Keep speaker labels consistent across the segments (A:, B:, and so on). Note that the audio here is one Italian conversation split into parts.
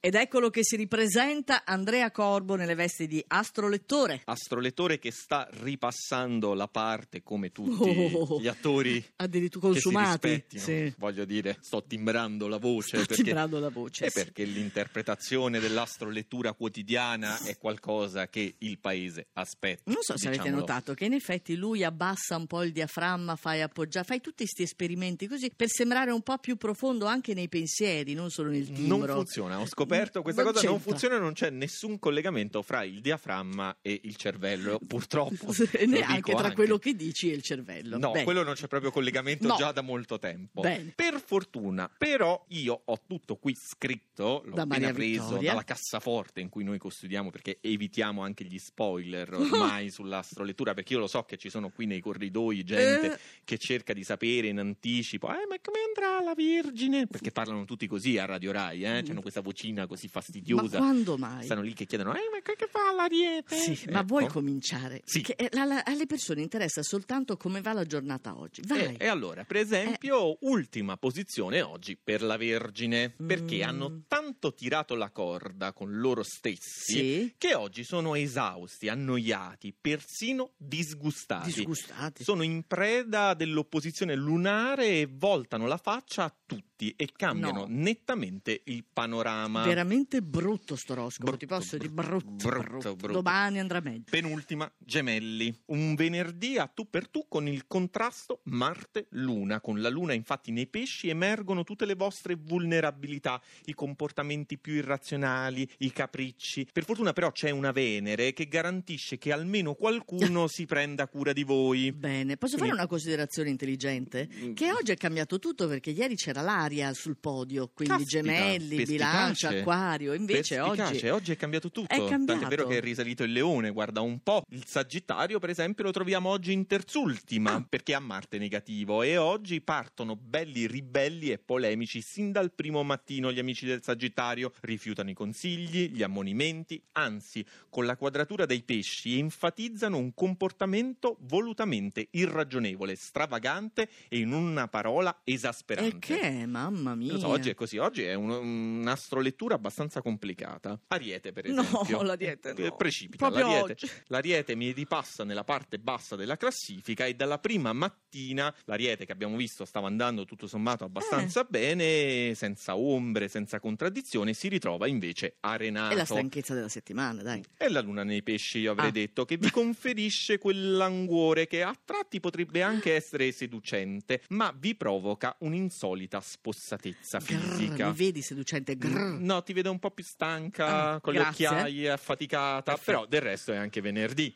A: Ed eccolo che si ripresenta Andrea Corbo nelle vesti di astrolettore.
B: Astrolettore che sta ripassando la parte come tutti
A: Oh.
B: gli attori
A: Addirittura
B: che si
A: consumati.
B: rispettino.
A: Sì.
B: Voglio dire, sto timbrando la voce
A: Sta
B: perché
A: timbrando la voce.
B: Eh,
A: sì.
B: perché l'interpretazione dell'astrolettura quotidiana è qualcosa che il paese aspetta.
A: Non so se avete
B: diciamolo.
A: notato che in effetti lui abbassa un po' il diaframma, fai appoggiare, fai tutti questi esperimenti così per sembrare un po' più profondo anche nei pensieri, non solo nel timbro.
B: Non funziona, ho scoperto questa
A: Non
B: cosa, non
A: c'entra.
B: funziona, non c'è nessun collegamento fra il diaframma e il cervello, purtroppo.
A: Sì,
B: lo dico
A: Neanche tra
B: anche.
A: quello che dici e il cervello.
B: No,
A: Bene.
B: quello non c'è proprio collegamento
A: No.
B: già da molto tempo.
A: Bene.
B: Per fortuna, però, io ho tutto qui scritto, l'ho
A: Da Maria
B: appena preso
A: Vittoria.
B: dalla cassaforte in cui noi custodiamo perché evitiamo anche gli spoiler ormai sull'astrolettura, perché io lo so che ci sono qui nei corridoi gente
A: Eh.
B: che cerca di sapere in anticipo, eh, ma come andrà la Vergine? Perché parlano tutti così a Radio Rai, eh? hanno questa vocina così
A: Ma
B: fastidiosa.
A: quando mai?
B: Stanno lì che chiedono, eh, ma che che fa l'ariete?
A: Sì,
B: Ecco.
A: Eh, ma vuoi cominciare?
B: Sì.
A: Perché, eh, la- la- alle persone interessa soltanto come va la giornata oggi. Vai.
B: Eh, E, e allora,
A: Eh.
B: per esempio, ultima posizione oggi per la Vergine, perché
A: Mm.
B: hanno tanto tirato la corda con loro stessi
A: sì.
B: che oggi sono esausti, annoiati, persino disgustati.
A: Disgustati.
B: sono in preda dell'opposizione lunare e voltano la faccia a tutti e cambiano
A: No.
B: nettamente il panorama.
A: Veramente brutto sto oroscopo,
B: Brutto,
A: ti posso dire
B: brutto,
A: brutto,
B: brutto, brutto.
A: Domani andrà meglio.
B: Penultima, gemelli. Un venerdì a tu per tu con il contrasto Marte-Luna. Con la Luna, infatti, nei pesci emergono tutte le vostre vulnerabilità, i comportamenti più irrazionali, i capricci. Per fortuna, però, c'è una Venere che garantisce che almeno qualcuno si prenda cura di voi.
A: Bene, posso fare
B: Quindi-
A: una considerazione intelligente?
B: Mm.
A: Che oggi è cambiato tutto perché ieri c'era l'aria sul podio, quindi
B: Caspita,
A: gemelli,
B: perspicace.
A: bilancio, acquario, invece oggi...
B: Perspicace, oggi è cambiato tutto.
A: È cambiato.
B: Tant'è vero che è risalito il leone, guarda un po'. Il Sagittario, per esempio, lo troviamo oggi in terzultima,
A: Ah.
B: perché ha Marte negativo. E oggi partono belli, ribelli e polemici sin dal primo mattino gli amici del Sagittario. Rifiutano i consigli, gli ammonimenti, anzi, con la quadratura dei pesci enfatizzano un comportamento volutamente irragionevole, stravagante e in una parola esasperante.
A: E Eh, che è, mamma mia?
B: Non so, oggi è così, oggi è un- un'astrolettura abbastanza complicata. Ariete, per
A: No,
B: esempio.
A: l'Ariete no.
B: Eh, Precipita,
A: Proprio
B: l'ariete.
A: oggi.
B: L'ariete mi ripassa nella parte bassa della classifica e dalla prima mattina l'ariete che abbiamo visto stava andando tutto sommato
A: Eh.
B: abbastanza bene, senza ombre, senza contraddizione, si ritrova invece arenato.
A: È la stanchezza della settimana, dai.
B: È la luna nei pesci, io avrei
A: Ah.
B: detto, che vi conferisce quell'anguore che a tratti potrebbe anche essere seducente, ma vi provoca un'insolita spossatezza
A: Grrr,
B: fisica. Mm.
A: mi vedi seducente? Grrr.
B: No, ti vedo un po' più stanca,
A: Mm. Ah,
B: con
A: grazie.
B: le occhiaie, affaticata,
A: Perfetto.
B: però del resto è anche venerdì.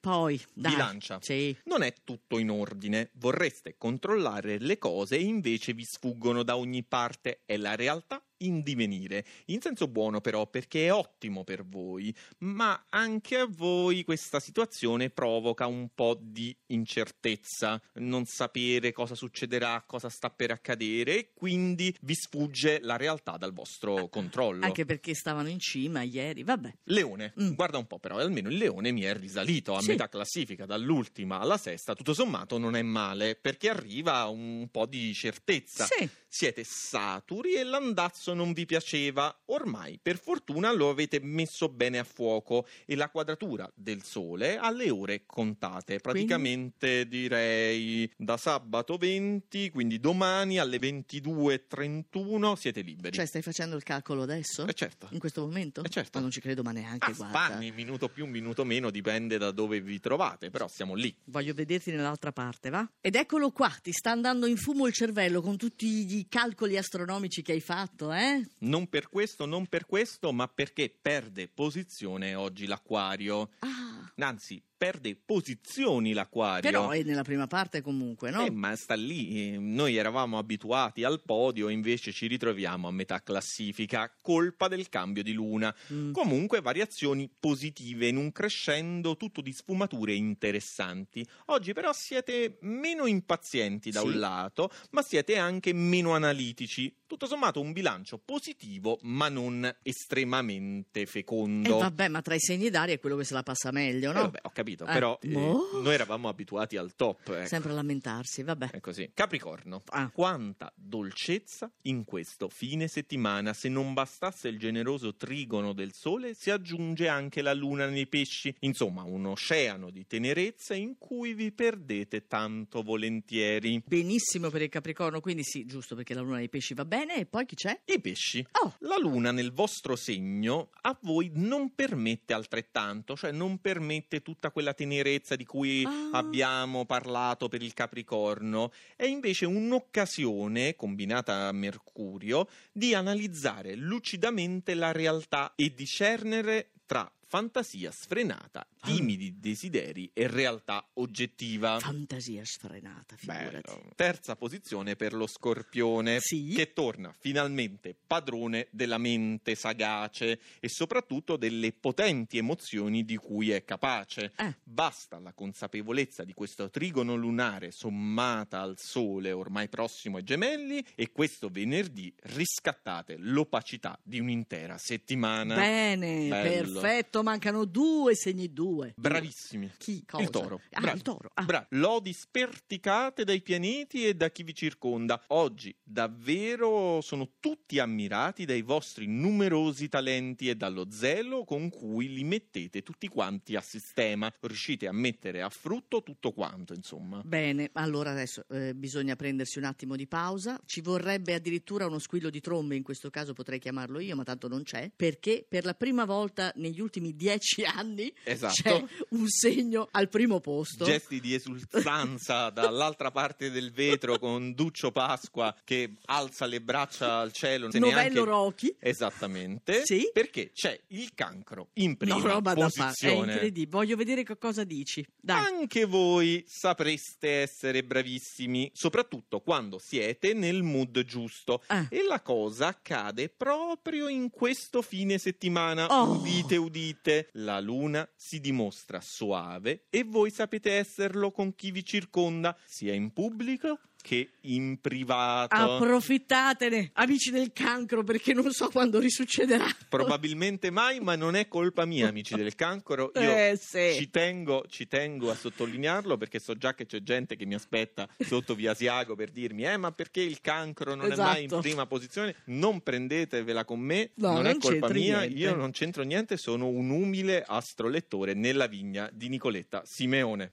A: Poi, dai.
B: Bilancia.
A: Sì.
B: Non è tutto in ordine, vorreste controllare le cose e invece vi sfuggono da ogni parte, è la realtà in divenire. In senso buono però perché è ottimo per voi, ma anche a voi questa situazione provoca un po' di incertezza, non sapere cosa succederà, cosa sta per accadere e quindi vi sfugge la realtà dal vostro controllo.
A: Anche perché stavano in cima ieri, vabbè.
B: Leone,
A: Mm.
B: guarda un po', però eh, almeno il leone mi è risalito a
A: Sì.
B: metà classifica, dall'ultima alla sesta, tutto sommato non è male, perché arriva un po' di certezza.
A: Sì.
B: Siete saturi e l'andazzo non vi piaceva, ormai per fortuna lo avete messo bene a fuoco e la quadratura del sole alle ore contate, praticamente direi da sabato 20, quindi domani alle 22.31 siete liberi.
A: Cioè, stai facendo il calcolo adesso?
B: Eh, certo.
A: In questo momento?
B: Eh, certo.
A: Ma non ci credo, ma neanche,
B: Ah,
A: guarda.
B: spanni, minuto più, minuto meno, dipende da dove vi trovate, però siamo lì.
A: Voglio vederti nell'altra parte, va? Ed eccolo qua, ti sta andando in fumo il cervello con tutti i calcoli astronomici che hai fatto, eh?
B: Non per questo, non per questo, ma perché perde posizione oggi l'acquario.
A: Ah,
B: Anzi, perde posizioni l'acquario.
A: però è nella prima parte comunque, no?
B: Eh, ma sta lì, eh, noi eravamo abituati al podio, invece ci ritroviamo a metà classifica, colpa del cambio di luna.
A: Mm.
B: Comunque variazioni positive in un crescendo tutto di sfumature interessanti. Oggi però siete meno impazienti da
A: Sì.
B: un lato, ma siete anche meno analitici. Tutto sommato un bilancio positivo, ma non estremamente
A: Eh,
B: fecondo.
A: vabbè, ma tra i segni d'aria è quello che se la passa meglio,
B: Eh,
A: Eh, no?
B: vabbè, ho capito,
A: Eh,
B: però eh,
A: boh.
B: noi eravamo abituati al top. ecco. Eh.
A: Sempre a lamentarsi, vabbè.
B: È così. Capricorno,
A: Ah.
B: quanta dolcezza in questo fine settimana. Se non bastasse il generoso trigono del sole, si aggiunge anche la luna nei pesci. Insomma, un oceano di tenerezza in cui vi perdete tanto volentieri.
A: Benissimo per il Capricorno, quindi sì, giusto perché la luna dei pesci va bene. E poi chi c'è?
B: I pesci.
A: Oh,
B: La luna nel vostro segno a voi non permette altrettanto, cioè non permette tutta quella tenerezza di cui
A: Ah.
B: abbiamo parlato per il Capricorno. È invece un'occasione, combinata a Mercurio, di analizzare lucidamente la realtà e discernere tra fantasia sfrenata,
A: Ah.
B: timidi desideri e realtà oggettiva.
A: fantasia sfrenata, figurati.
B: Ah. Bello. Terza posizione per lo scorpione
A: Sì.
B: che torna finalmente padrone della mente sagace e soprattutto delle potenti emozioni di cui è capace.
A: Eh.
B: Basta la consapevolezza di questo trigono lunare sommata al sole ormai prossimo ai gemelli e questo venerdì riscattate l'opacità di un'intera settimana.
A: Bene,
B: eh. Bello.
A: perfetto, mancano due segni due.
B: Bravissimi.
A: Chi? Cosa?
B: Il toro.
A: Ah,
B: Bravi.
A: il toro. Ah,
B: Bra- lodi sperticate dai pianeti e da chi vi circonda. Oggi davvero sono tutti ammirati dai vostri numerosi talenti e dallo zelo con cui li mettete tutti quanti a sistema. Riuscite a mettere a frutto tutto quanto, insomma.
A: Bene, allora adesso eh, bisogna prendersi un attimo di pausa. Ci vorrebbe addirittura uno squillo di trombe, in questo caso potrei chiamarlo io, ma tanto non c'è, perché per la prima volta negli ultimi dieci anni
B: Esatto.
A: c'è un segno al primo posto.
B: Gesti di esultanza dall'altra parte del vetro con Duccio Pasqua che alza le braccia al cielo. se
A: Novello
B: neanche-
A: Rocky.
B: Esattamente.
A: Sì.
B: Perché c'è il cancro in prima
A: No, roba da fare, è
B: posizione. Esatto.
A: incredibile. Voglio vedere che cosa dici. Dai.
B: Anche voi sapreste essere bravissimi, soprattutto quando siete nel mood giusto.
A: Ah.
B: E la cosa accade proprio in questo fine settimana.
A: Oh.
B: Udite, udite. La luna si dimostra suave e voi sapete esserlo con chi vi circonda, sia in pubblico che in privato.
A: Ah, Approfittatene, amici del cancro, perché non so quando risuccederà.
B: Probabilmente mai, ma non è colpa mia, amici del cancro. Io
A: Eh, sì.
B: ci, tengo, ci tengo a sottolinearlo perché so già che c'è gente che mi aspetta sotto via Asiago per dirmi: Eh, ma perché il cancro non è mai in
A: Esatto.
B: prima posizione? Non prendetevela con me,
A: No,
B: non, è
A: non
B: colpa
A: c'entri
B: mia.
A: niente.
B: Io non c'entro niente, sono un umile astrolettore nella vigna di Nicoletta Simeone.